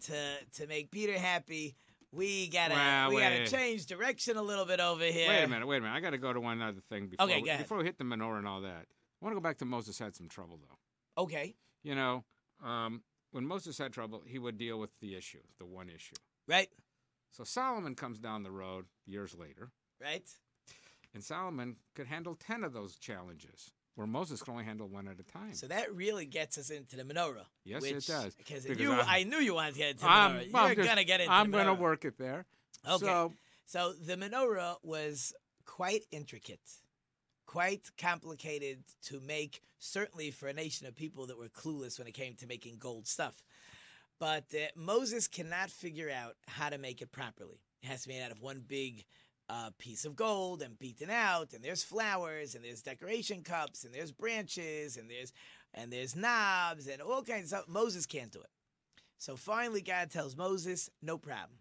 to to make Peter happy, we gotta
Wow,
we gotta
wait.
change direction a little bit over here.
Wait a minute, wait a minute. I got to go to one other thing before
Okay,
we,
go ahead.
before we hit the menorah and all that. I want to go back to Moses had some trouble though.
Okay,
You know, um, when Moses had trouble, he would deal with the issue, the one issue.
right,
So Solomon comes down the road years later,
right.
and Solomon could handle ten of those challenges, where Moses could only handle one at a time.
So that really gets us into the menorah.
Yes,
which,
it does.
Because
Because
you,
I'm-
I knew you wanted to get into the
I'm-
menorah.
well,
You're
just-
gonna get into
I'm
the
gonna
menorah.
work it there.
Okay.
So
So the menorah was quite intricate, quite complicated to make, certainly for a nation of people that were clueless when it came to making gold stuff. But uh, Moses cannot figure out how to make it properly. It has to be made out of one big uh, piece of gold and beaten out, and there's flowers, and there's decoration cups, and there's branches, and there's and there's knobs, and all kinds of stuff. Moses can't do it. So finally, God tells Moses, "No problem.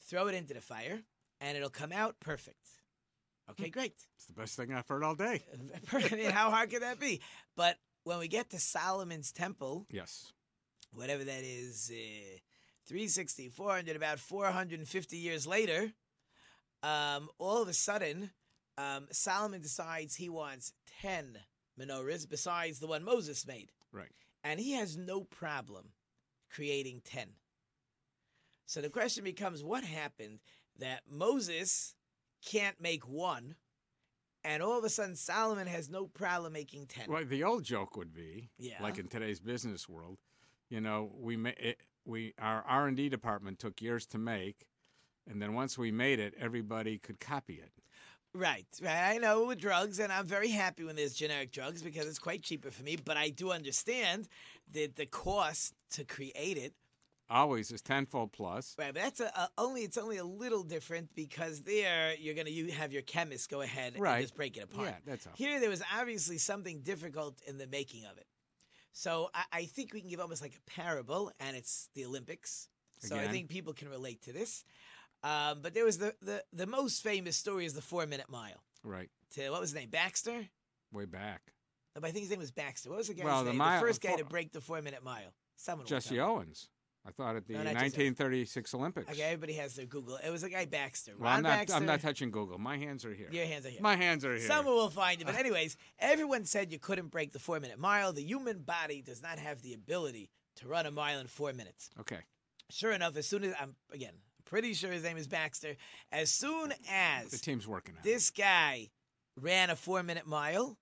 Throw it into the fire." and it'll come out perfect. Okay, great.
it's the best thing I've heard all day.
I mean, how hard could that be? But when we get to Solomon's temple,
Yes.
whatever that is, uh, 360, 400, about 450 years later, um, all of a sudden, um, Solomon decides he wants 10 menorahs besides the one Moses made.
Right.
And he has no problem creating 10. So the question becomes what happened that Moses can't make one, and all of a sudden Solomon has no problem making 10.
Well, the old joke would be,
Yeah.
like in today's business world, you know, we ma- it, we our R and D department took years to make, and then once we made it, everybody could copy it.
Right, right. I know with drugs, and I'm very happy when there's generic drugs because it's quite cheaper for me. But I do understand that the cost to create it.
Always is tenfold plus.
Right, but that's a, a, only it's only a little different because there you're gonna you have your chemist go ahead
Right.
and just break it apart.
Yeah, that's all.
Here, there was obviously something difficult in the making of it. So I, I think we can give almost like a parable, and it's the Olympics. So I
Again.
think people can relate to this. Um, but there was the, the, the most famous story is the four minute mile.
Right,
To what was his name? Baxter?
way back.
No, but I think his name was Baxter. What was the guy's
Well, the
name?
mile-
the first guy
four-
to break the four minute mile. Someone will
Jesse
tell me.
Owens, I thought at the
No, not Jesse Owens.
1936 Olympics.
Okay, everybody has their Google. It was a guy Baxter.
Well,
Ron
I'm not.
Baxter.
I'm not touching Google. My hands are here.
Your hands are here.
My hands are here.
Someone will find it. But anyways, everyone said you couldn't break the four minute mile. The human body does not have the ability to run a mile in four minutes.
Okay.
Sure enough, as soon as I'm again pretty sure his name is Baxter, as soon
The
as
team's working on it.
this guy ran a four minute mile,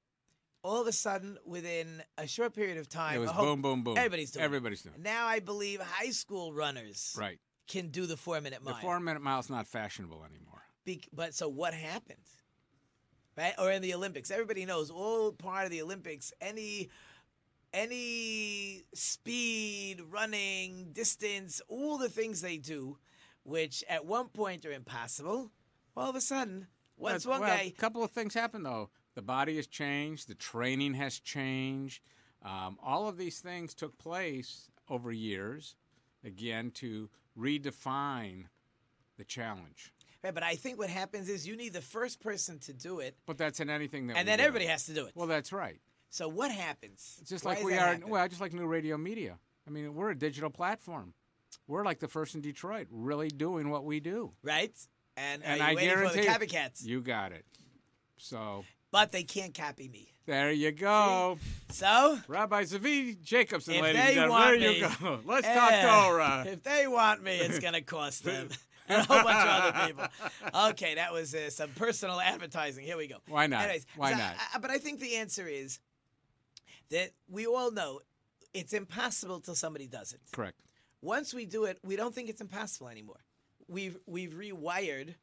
all of a sudden within a short period of time,
It was
a whole-
boom, boom, boom.
everybody's doing it.
Everybody's doing. it.
now I believe high school runners
Right.
can do the four minute mile.
The four-minute mile's not fashionable anymore.
Bec- but so what happened? Right? Or in the Olympics. Everybody knows all part of the Olympics, any any speed, running, distance, all the things they do, which at one point are impossible, all of a sudden, once
Well,
one
well,
guy
A couple of things happen though. The body has changed. The training has changed. Um, all of these things took place over years, again to redefine the challenge.
right, but I think what happens is you need the first person to do it
But that's in anything that.
and
we
then
do.
everybody has to do it.
Well, that's right.
so what happens?
It's just
Why
like
does
we
that
are.
happen?
Well, just like new radio media. I mean, we're a digital platform. We're like the first in Detroit, really doing what we do.
right? And,
And
are you
I
waiting for the
guarantee-
copycats?
You got it. So
But they can't copy me.
there you go.
So
Rabbi Zavi Jacobson,
If
ladies and
they
gentlemen. There
want
you
me-
go. Let's
Eh,
talk Torah.
If they want me, it's going to cost them and a whole bunch of other people. Okay, that was uh, some personal advertising. Here we go.
Why not?
Anyways,
Why
so
not?
I- I- but I think the answer is that we all know it's impossible till somebody does it.
Correct.
Once we do it, we don't think it's impossible anymore. We've we've rewired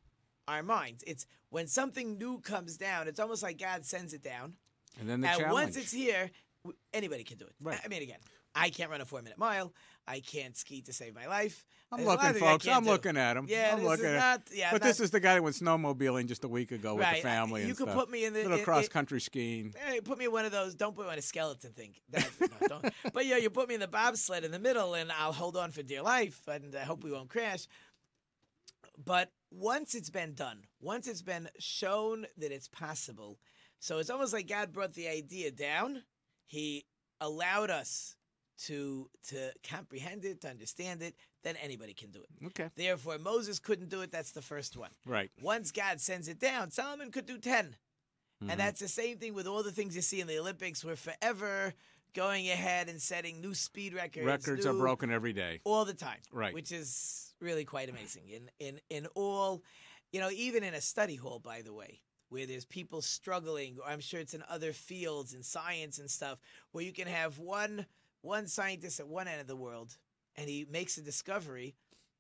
our minds. It's when something new comes down, it's almost like God sends it down.
And then the
and
challenge.
once it's here, w- anybody can do it.
Right.
I mean, again, I can't run a four minute mile. I can't ski to save my life.
I'm
There's a lot
looking,
of things I
folks.
can't
I'm
do.
looking at him.
Yeah,
Mm-hmm. I'm
this
looking
is
at
not. Yeah,
But
not-
this is the guy that went snowmobiling just a week ago with
Right, I-
the family. and
you could
stuff.
put me in the-
little
it- it-
cross country skiing.
Hey, put me in one of those. Don't put me in a skeleton thing. That, no, don't. But yeah, you put me in the bobsled in the middle, and I'll hold on for dear life, and I hope we won't crash. But once it's been done, once it's been shown that it's possible, so it's almost like God brought the idea down. He allowed us to to comprehend it, to understand it. Then anybody can do it.
Okay,
Therefore, Moses couldn't do it. That's the first one.
right.
Once God sends it down, Solomon could do 10.
Mhm.
And that's the same thing with all the things you see in the Olympics. We're forever going ahead and setting new speed records.
records are
new-
broken every day.
all the time.
Right.
Which is really quite amazing. In in in all, you know, even in a study hall, by the way, where there's people struggling, or I'm sure it's in other fields in science and stuff, where you can have one one scientist at one end of the world and he makes a discovery,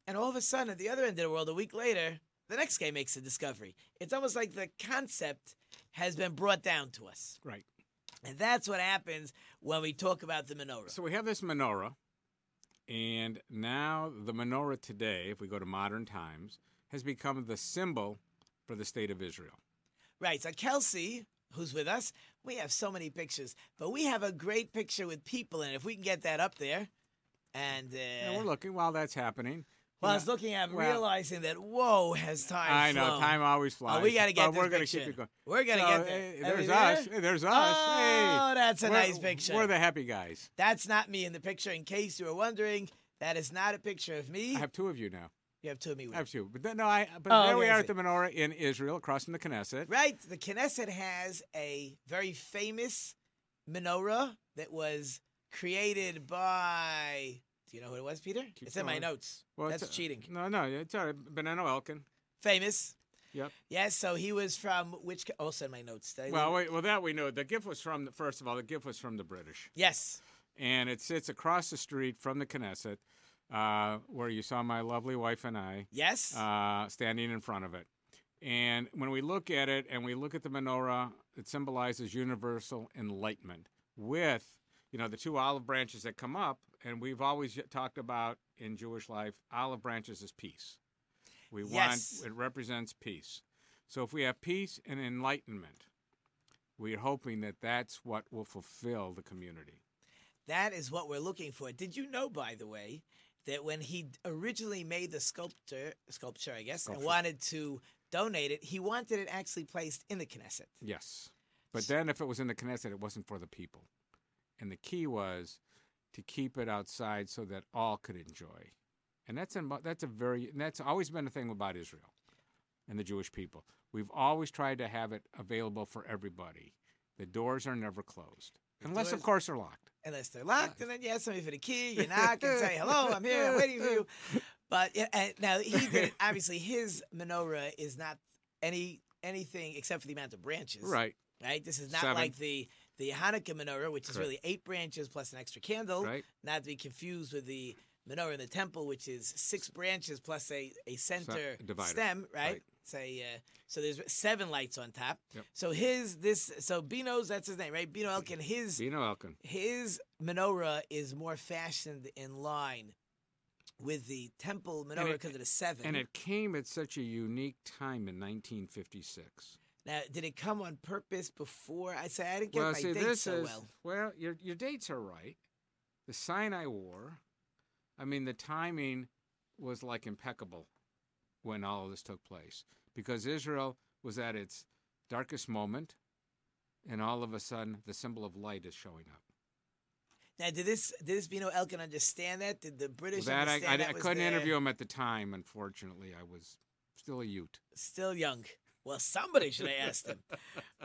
and all of a sudden at the other end of the world, a week later, the next guy makes a discovery. It's almost like the concept has been brought down to us.
Right.
And that's what happens when we talk about the menorah.
So we have this menorah, and now the menorah today, if we go to modern times, has become the symbol for the state of Israel.
Right. So Kelsey, who's with us, we have so many pictures, but we have a great picture with people in it. If we can get that up there, and uh,
And we're looking while that's happening.
well, I was looking at
well-
realizing that whoa, has time.
I know
flown.
time always flies.
Oh, we gotta get
but we're
this
gonna
picture.
keep it going.
We're gonna
So,
get there.
hey,
Are we
there's
there?
us. Hey, there's us.
Oh,
hey,
that's a
We're-
nice picture.
We're the happy guys.
That's not me in the picture. In case you were wondering, that is not a picture of me.
I have two of you now.
you have two of me. With
I have two. But then, no, I. But
Oh,
there we
okay, I
are at
see.
the menorah in Israel, across from the Knesset.
Right. The Knesset has a very famous menorah that was created by. Do you know who it was, Peter?
Keep
it's in my
going.
notes.
Well,
That's
it's, uh,
cheating.
No, no, it's all right. Benano Elkin.
Famous.
Yep.
Yes. So he was from which? ca- Also in my notes. Did I
Well,
leave it?
wait, well, that we know. The gift was from the first of all. The gift was from the British,
yes.
and it sits across the street from the Knesset, uh, where you saw my lovely wife and I
Yes.
uh, standing in front of it. And when we look at it, and we look at the menorah, it symbolizes universal enlightenment with, you know, the two olive branches that come up. And we've always talked about in Jewish life, olive branches is peace. We
Yes.
want it represents peace. So if we have peace and enlightenment, we're hoping that that's what will fulfill the community.
that is what we're looking for. Did you know, by the way, that when he d- originally made the sculpture, sculpture, I guess, and
Sculpture.
wanted to donate it, he wanted it actually placed in the Knesset.
Yes. But then if it was in the Knesset, it wasn't for the people. And the key was to keep it outside so that all could enjoy. And that's a, mo- that's a very and that's always been a thing about Israel and the Jewish people. We've always tried to have it available for everybody. The doors are never closed. Unless of
doors-
course they're locked.
unless they're locked, and then you ask somebody for the key, you knock and say, "Hello, I'm here, I'm waiting for you." But yeah, and now he did it. Obviously, his menorah is not any anything except for the amount of branches.
Right.
Right. This is not
Seven.
like the the Hanukkah menorah, which is
Correct.
really eight branches plus an extra candle.
Right.
Not to be confused with the menorah in the temple, which is six branches plus a a center
divider.
stem. Right.
Right.
Say uh, so. There's seven lights on top.
Yep.
So his this so Bino's that's his name right. Bino Elkin. His
Dino Elkin.
his menorah is more fashioned in line with the temple menorah
it-
because of the seven.
And it came at such a unique time in 1956.
now, did it come on purpose before? I say I didn't get
well,
my
see,
dates
this
so
is
well.
well. Your your dates are right. The Sinai War. I mean, the timing was like impeccable when all of this took place because Israel was at its darkest moment, and all of a sudden, the symbol of light is showing up.
Now, did this did this Bino Elkin understand that? Did the British
that I,
understand
I,
that
I
was
couldn't
there?
interview him at the time. Unfortunately, I was still a Ute.
Still young. Well, somebody should have asked him.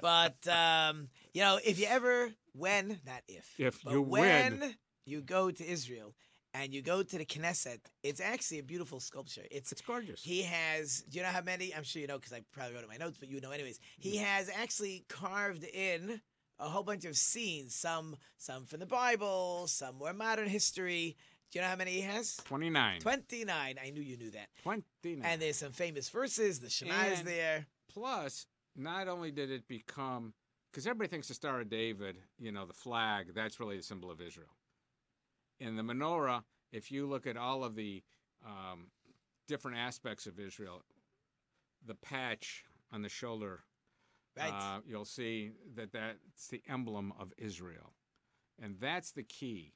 But um, you know, if you ever, when not if,
If
but
you
when
win.
you go to Israel and you go to the Knesset, it's actually a beautiful sculpture. It's
It's gorgeous.
He has, do you know how many? I'm sure you know because I probably wrote it in my notes, but you know anyways. He has actually carved in a whole bunch of scenes, some some from the Bible, some more modern history. Do you know how many he has?
Twenty nine.
29. I knew you knew that.
Twenty nine.
And there's some famous verses. The Shema is
And-
there.
Plus, not only did it become, because everybody thinks the Star of David, you know, the flag, that's really the symbol of Israel. in the menorah, if you look at all of the um, different aspects of Israel, the patch on the shoulder,
Right.
uh, you'll see that that's the emblem of Israel. And that's the key.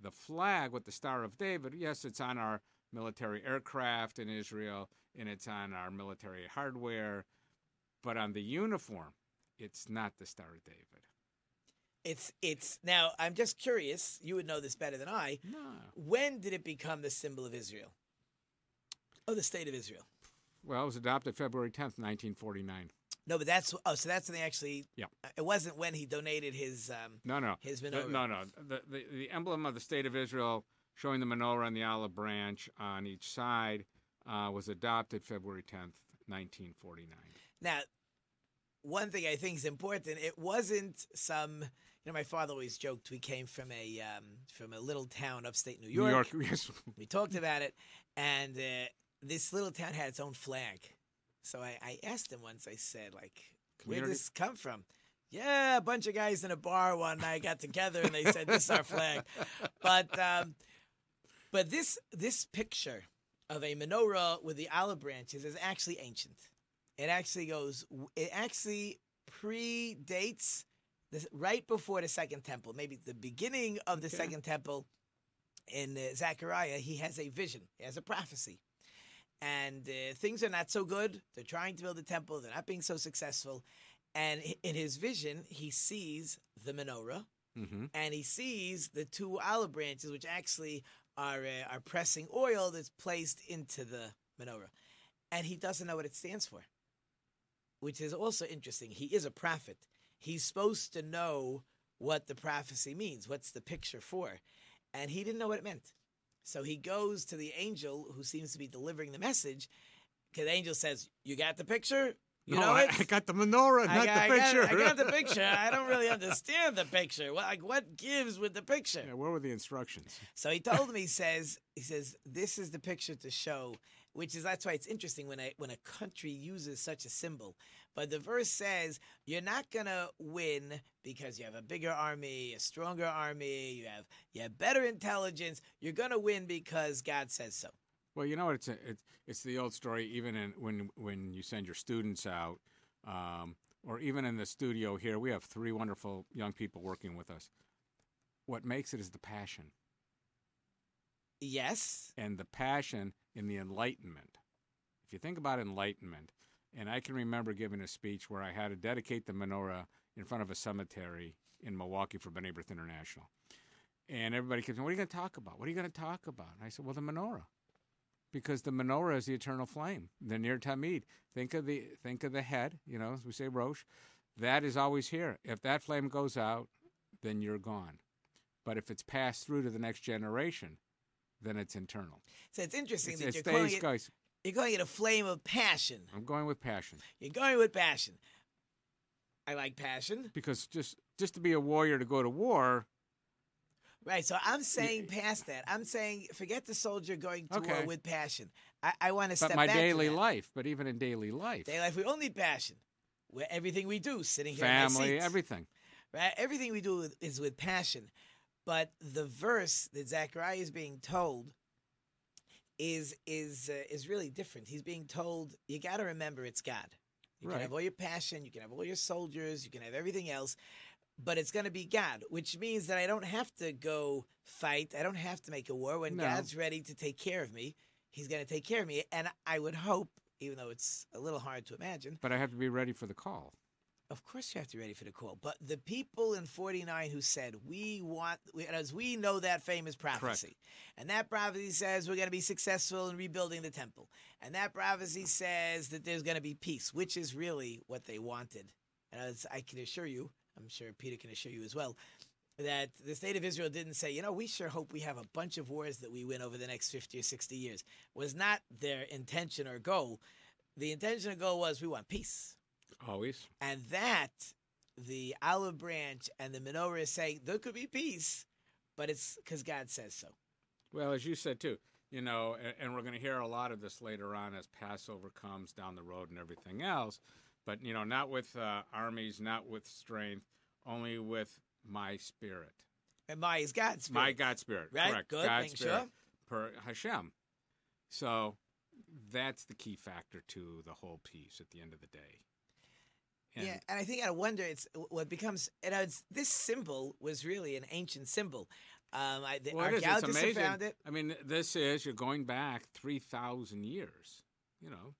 The flag with the Star of David, yes, it's on our military aircraft in Israel and it's on our military hardware, but on the uniform, it's not the Star of David.
it's it's now. I'm just curious. You would know this better than I.
No.
When did it become the symbol of Israel? Oh, the state of Israel.
Well, it was adopted February 10th, 1949.
No, but that's oh, so that's when they actually. uh,
Yeah.
It wasn't when he donated his. Um,
No, no.
His
The-
menorah.
Uh, No, no. The, the, the emblem of the state of Israel showing the menorah and the olive branch on each side uh, was adopted February 10th, 1949.
Now, one thing I think is important. It wasn't some. You know, my father always joked we came from a um, from a little town upstate New York.
New York, yes.
We talked about it, and uh, this little town had its own flag. So I, I asked him once. I said, like, where
Community-
did this come from? Yeah, a bunch of guys in a bar one night got together and they said, "This is our flag." But um, but this this picture of a menorah with the olive branches is actually ancient. It actually goes. It actually predates this, right before the Second Temple, maybe the beginning of the
Okay.
Second Temple. In uh, Zechariah, he has a vision. He has a prophecy and uh, things are not so good. They're trying to build a temple, they're not being so successful. And i- in his vision, he sees the menorah
Mm-hmm.
and he sees the two olive branches, which actually are uh, are pressing oil that's placed into the menorah, and he doesn't know what it stands for, which is also interesting. He is a prophet; he's supposed to know what the prophecy means, what's the picture for, and he didn't know what it meant. So he goes to the angel who seems to be delivering the message, because the angel says, "You got the picture." You
no,
know
I,
it?
I got the menorah,
I
not
got- I
the
got-
picture.
I got the picture. I don't really understand the picture. What, like, what gives with the picture?
Yeah, where were the instructions?
So he told me. He says, he says, this is the picture to show, which is that's why it's interesting when a when a country uses such a symbol. But the verse says you're not gonna win because you have a bigger army, a stronger army, you have you have better intelligence. You're gonna win because God says so.
Well, you know what? It's a, it, it's the old story. Even in, when when you send your students out, um, or even in the studio here, we have three wonderful young people working with us. What makes it is the passion,
Yes.
and the passion in the enlightenment. If you think about enlightenment, and I can remember giving a speech where I had to dedicate the menorah in front of a cemetery in Milwaukee for B'nai B'rith International. And everybody kept saying, What are you going to talk about? What are you going to talk about? And I said, Well, the menorah. Because the menorah is the eternal flame, the near tamid. Think of the think of the head, you know, as we say Rosh. That is always here. If that flame goes out, then you're gone. But if it's passed through to the next generation, then it's internal.
So it's interesting
It's-
that
it
you're calling
stays,
it,
guys.
you're calling it a flame of passion.
I'm going with passion
You're going with passion. I like passion.
because just just to be a warrior to go to war.
Right. So I'm saying past that. I'm saying forget the soldier going to war
Okay.
with passion. I, I want to step
But my
back to
daily
that.
life, but even in daily life,
Daily life, we all need passion. Where everything we do, sitting here, in our
family,
seats,
everything.
right? Everything we do with- is with passion. But the verse that Zechariah is being told is is uh, is really different. He's being told you got to remember it's God. You
Right.
can have all your passion, you can have all your soldiers, you can have everything else, but it's going to be God, which means that I don't have to go fight. I don't have to make a war when
No.
God's ready to take care of me. He's going to take care of me, and I would hope, even though it's a little hard to imagine,
But I have to be ready for the call.
of course, you have to be ready for the call. But the people in 49 who said, We want, we, and as we know that famous prophecy, and that prophecy says we're going to be successful in rebuilding the temple, and that prophecy says that there's going to be peace, which is really what they wanted. And as I can assure you, I'm sure Peter can assure you as well, that the state of Israel didn't say, You know, we sure hope we have a bunch of wars that we win over the next 50 or 60 years. Was not their intention or goal. The intention or goal was, We want peace.
Always.
And that, the olive branch and the menorah is saying there could be peace, but it's because God says so.
Well, as you said too, you know, and, and we're going to hear a lot of this later on as Passover comes down the road and everything else. But you know, not with uh, armies, not with strength, only with my spirit.
And my is God's spirit.
My God spirit.
Right?
Correct.
Good,
God
making
spirit
sure.
per Hashem. So that's the key factor to the whole piece at the end of the day. And
yeah, and I think I wonder it's what becomes. You know, it's, this symbol was really an ancient symbol. Um, I, the
well, it is. It's
archaeologists have
amazing.
found it,
I mean, this is you're going back three thousand years. You know,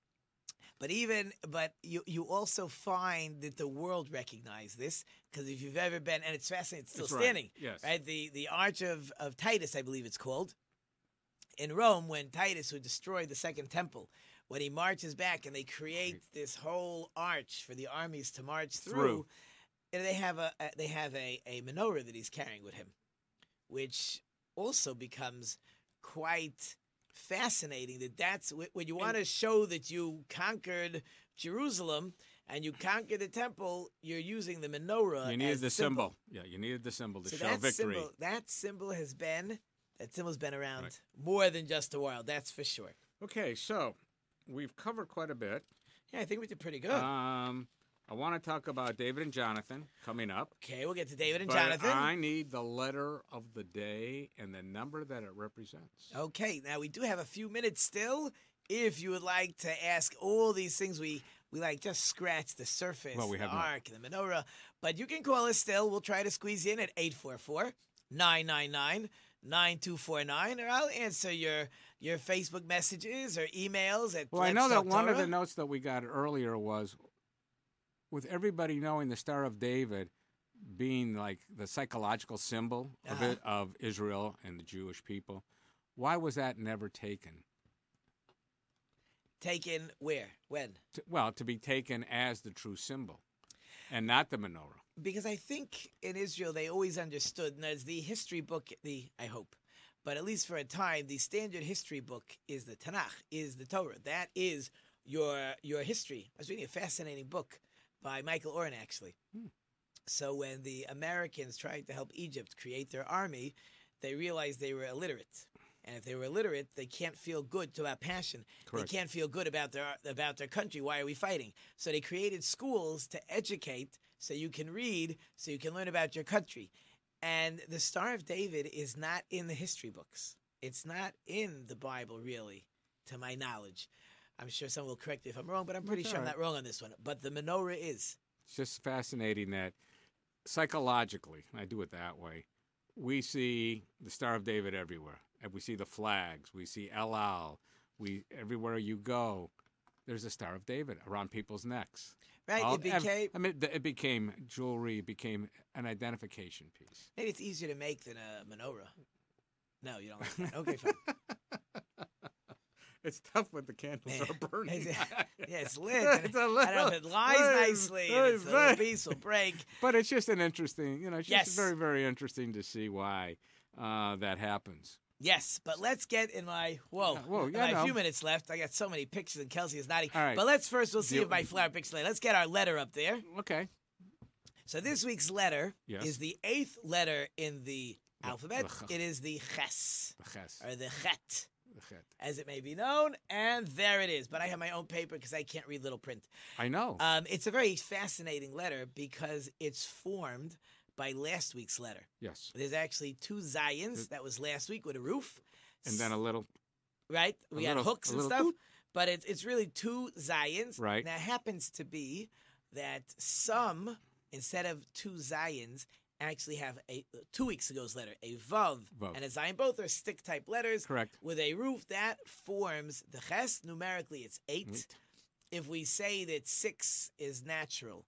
but even but you you also find that the world recognized this because if you've ever been and it's fascinating, it's still
That's right.
standing.
Yes,
right? The the Arch of, of Titus, I believe it's called, in Rome, when Titus, who destroyed the Second Temple, when he marches back and they create this whole arch for the armies to march through,
Through.
and they have a, a they have a, a menorah that he's carrying with him, which also becomes quite fascinating. That that's wh- when you want to show that you conquered Jerusalem. And you conquered the temple. You're using the menorah.
you
Uh,
needed
as
the
symbol.
symbol. Yeah, you needed the symbol to
So
show
that
victory.
symbol, that symbol has been that symbol's been around
Right.
more than just a while. That's for sure.
Okay, so we've covered quite a bit.
Yeah, I think we did pretty good.
Um, I want to talk about David and Jonathan coming up.
okay, we'll get to David and
but
Jonathan.
I need the letter of the day and the number that it represents.
Okay, now we do have a few minutes still. If you would like to ask all these things, we we like just scratch the surface,
Well, we
the
have not.
arc, and the menorah. But you can call us still. We'll try to squeeze in at 844 999 9249, or I'll answer your your Facebook messages or emails at
Well, I know
Let's
that
Talk
one of
Torah.
the notes that we got earlier was with everybody knowing the Star of David being like the psychological symbol of,
Uh-huh.
it, of Israel and the Jewish people, why was that never taken?
taken where? When?
To, well, to be taken as the true symbol and not the menorah.
because I think in Israel they always understood, and as the history book, the I hope, but at least for a time, the standard history book is the Tanakh, is the Torah. That is your your history. I was reading a fascinating book by Michael Oren actually. So when the Americans tried to help Egypt create their army, they realized they were illiterate. And if they were illiterate, they can't feel good about passion.
Correct.
They can't feel good about their about their country. Why are we fighting? So they created schools to educate, so you can read, so you can learn about your country. And the Star of David is not in the history books. It's not in the Bible, really, to my knowledge. I'm sure someone will correct me if I'm wrong, but I'm pretty
That's
sure I'm
all right.
not wrong on this one. But the menorah is.
It's just fascinating that psychologically, and I do it that way, we see the Star of David everywhere. And we see the flags, we see El Al, we everywhere you go, there's a Star of David around people's necks.
Right?
All-
it became
I mean, it became jewelry, it became an identification piece.
maybe it's easier to make than a menorah. No, you don't like that. Okay, fine.
It's tough when the candles
Yeah.
are burning.
It's- Eh, Yeah, it's lit. and
It's
I
a
don't know if it
little-
lies
it is-
nicely
it
and
is
it's a little
very-
piece will break.
but it's just an interesting, you know, it's just
Yes.
very, very interesting to see why uh, that happens.
Yes, but let's get in my whoa.
Yeah, whoa,
in
yeah,
my
no.
few minutes left. I got so many pictures and Kelsey is nodding.
All right.
But let's first we'll see
Do-
if my flower picks later. Let's get our letter up there.
Okay.
So this week's letter
Yes.
is the eighth letter in the alphabet.
ch-
It is the ches
Yes.
or the chet.
Yes.
As it may be known, and there it is. But I have my own paper because I can't read little print.
I know.
Um, it's a very fascinating letter because it's formed by last week's letter.
yes.
There's actually two Zions. That was last week with a roof.
And then a little
right? We had
little-
hooks
a
and
little
stuff,
toot.
but it's it's really two Zions.
Right.
Now it happens to be that some instead of two Zions actually have a uh, two weeks ago's letter a vav,
Vav.
and a Zion. Both are stick type letters.
correct.
With a roof that forms the ches numerically, it's eight.
Eight.
If we say that six is natural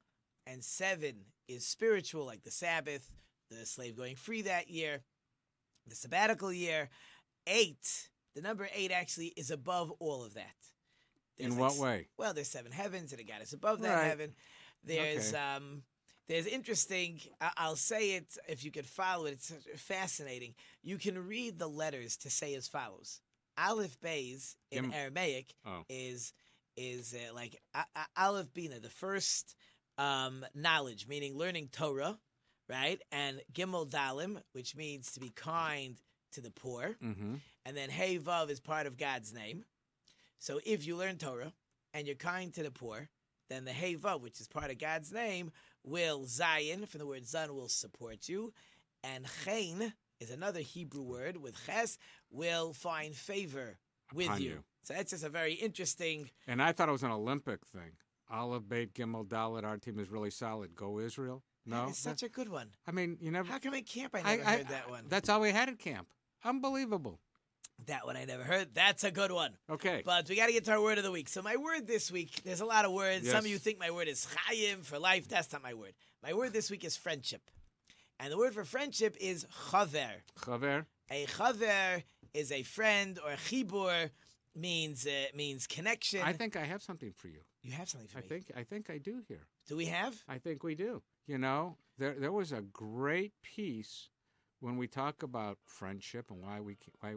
and seven is spiritual, like the Sabbath, the slave going free that year, the sabbatical year, eight, the number eight actually is above all of that. There's
In
like
what
s-
way?
Well, there's seven heavens, and it got us above that
Right.
heaven. There's
Okay.
um, there's interesting. I- I'll say it if you could follow it. It's fascinating. You can read the letters to say as follows: Aleph Bays in
Gim-
Aramaic
Oh.
is is uh, like a- a- Aleph Bina, the first um, knowledge, meaning learning Torah, right? And Gimel Dalim, which means to be kind to the poor,
Mm-hmm.
and then Hey Vav is part of God's name. So if you learn Torah and you're kind to the poor, then the Hey Vav, which is part of God's name, will Zion from the word Zun will support you, and chen is another Hebrew word with ches, will find favor with
Upon
you.
you.
So that's just a very interesting.
And I thought it was an Olympic thing. Olive, Beit, Gimel, Dalit. Our team is really solid. Go Israel. No,
It's such a good one.
I mean, you never.
How come in camp I
I,
never
I-
heard that one?
That's all we had at camp. Unbelievable.
that one I never heard. That's a good one.
Okay.
But we got to get to our word of the week. So my word this week, there's a lot of words. Some of
Yes.
you think my word is chayim for life. That's not my word. My word this week is friendship, and the word for friendship is chaver.
Chaver.
A chaver is a friend, or chibur means uh, means connection.
I think I have something for you.
you have something for
I
me.
think I think I do here.
Do we have?
I think we do. You know, there there was a great piece when we talk about friendship and why we ca- why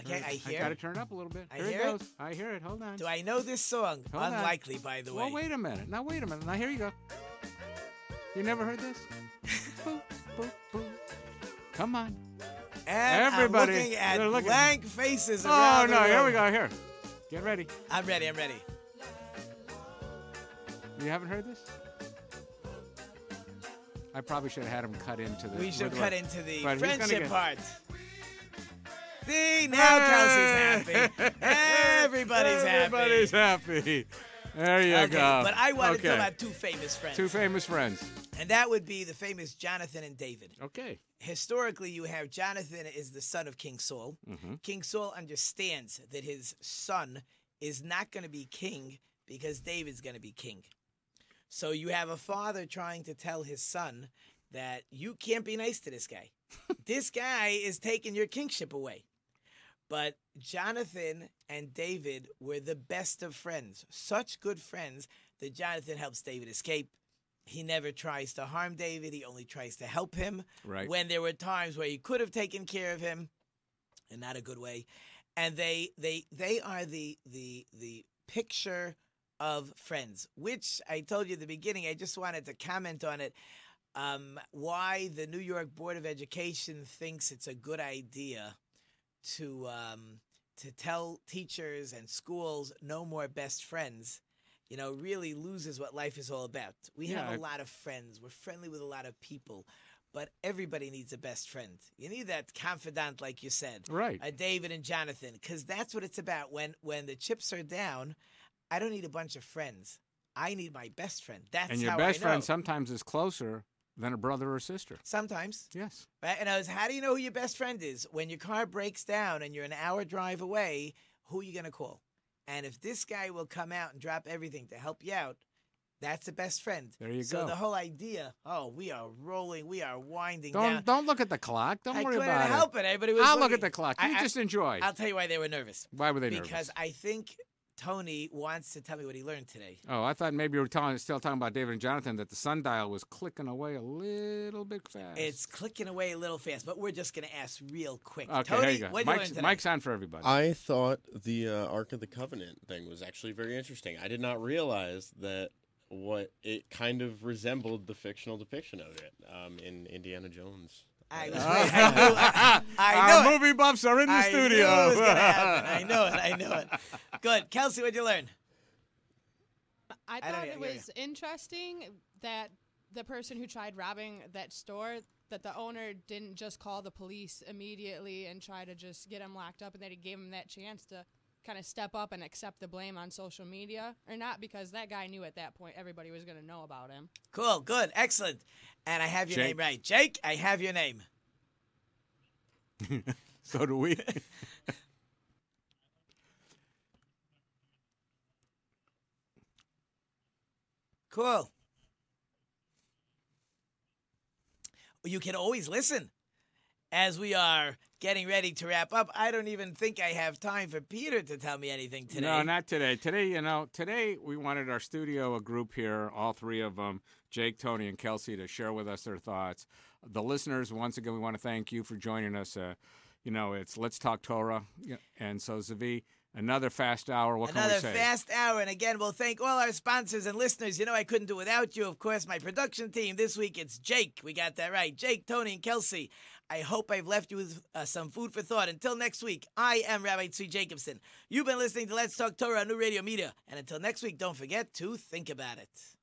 Okay, I
I got
hear.
to turn it up a little bit.
I
here
hear
it
it.
goes. I hear it. Hold on.
Do I know this song?
Hold on.
Unlikely, by the way.
Well, wait a minute. Now wait a minute. Now here you go. You never heard this? boop, boop, boop. Come on.
And
Everybody-
I'm looking at
they're looking.
blank faces
Oh
around the
no! Here we
room.
go. Here. Get ready.
I'm ready. I'm ready.
You haven't heard this? I probably should have had him cut into this.
We should
Where do
cut
I-
into the
Right, who's gonna
friendship
get-
part. See, now Kelsey's happy. Everybody's,
Everybody's
happy.
happy. There you
okay,
go.
but I wanted to
Okay.
talk about two famous friends.
two famous friends.
and that would be the famous Jonathan and David.
Okay.
Historically, you have Jonathan is the son of King Saul.
Mm-hmm.
King Saul understands that his son is not going to be king because David's going to be king. So you have a father trying to tell his son that you can't be nice to this guy. this guy is taking your kingship away. But Jonathan and David were the best of friends, such good friends that Jonathan helps David escape. He never tries to harm David, he only tries to help him
Right.
when there were times where he could have taken care of him in not a good way and they they they are the the the picture of friends which i told you at the beginning i just wanted to comment on it um, why the new york board of education thinks it's a good idea to um, to tell teachers and schools no more best friends you know really loses what life is all about we
Yeah,
have
I-
a lot of friends we're friendly with a lot of people but everybody needs a best friend you need that confidant like you said
right.
a David and Jonathan, because that's what it's about. When when the chips are down, I don't need a bunch of friends. I need my best friend. That's
and your
how I
best
know.
friend sometimes is closer than a brother or sister.
Sometimes,
Yes.
right? And I was, how do you know who your best friend is when your car breaks down and you're an hour drive away? Who are you gonna call? And if this guy will come out and drop everything to help you out, that's a best friend.
There you
so
go.
the whole idea, oh, we are rolling, we are winding
Don't
down.
don't look at the clock. Don't
I
worry
couldn't
about
help it. Everybody
it.
was
I'll look at
looking.
the clock.
I-
You
I-
just enjoy.
I'll tell you why they were nervous.
Why were they nervous?
because I think Tony wants to tell me what he learned today.
Oh, I thought maybe you were telling, still talking about David and Jonathan that the sundial was clicking away a little bit fast.
It's clicking away a little fast, but we're just going to ask real quick.
okay.
Tony,
there you go.
what did you learn
Mike's,
today?
Mike's on for everybody.
I thought the uh, Ark of the Covenant thing was actually very interesting. I did not realize that what it kind of resembled the fictional depiction of it um, in Indiana Jones.
I was
Uh,
waiting- I knew- I- I
Our
know it.
movie buffs are in the
I knew
studio.
it was gonna happen. I know it. I know it. Good, Kelsey. What'd you learn?
I
don't
thought
know,
it
yeah, yeah.
was interesting that the person who tried robbing that store that the owner didn't just call the police immediately and try to just get him locked up and that he gave him that chance to kind of step up and accept the blame on social media or not because that guy knew at that point everybody was going to know about him.
Cool. Good. Excellent. And I have your
Jake.
name right, Jake. I have your name.
So do we.
Cool. You can always listen. As we are getting ready to wrap up, I don't even think I have time for Peter to tell me anything today.
No, not today. Today, you know, today we wanted our studio, a group here, all three of them, Jake, Tony, and Kelsey, to share with us their thoughts. The listeners, once again, we want to thank you for joining us. Uh, you know, it's Let's Talk Torah. Yeah. And so, Zavi, another fast hour. What
Another
can we say?
fast hour. And again, we'll thank all our sponsors and listeners. You know, I couldn't do without you. Of course, my production team this week, it's Jake. We got that right. Jake, Tony, and Kelsey. I hope I've left you with uh, some food for thought. Until next week, I am Rabbi Tzvi Jacobson. You've been listening to Let's Talk Torah on New Radio Media. And until next week, don't forget to think about it.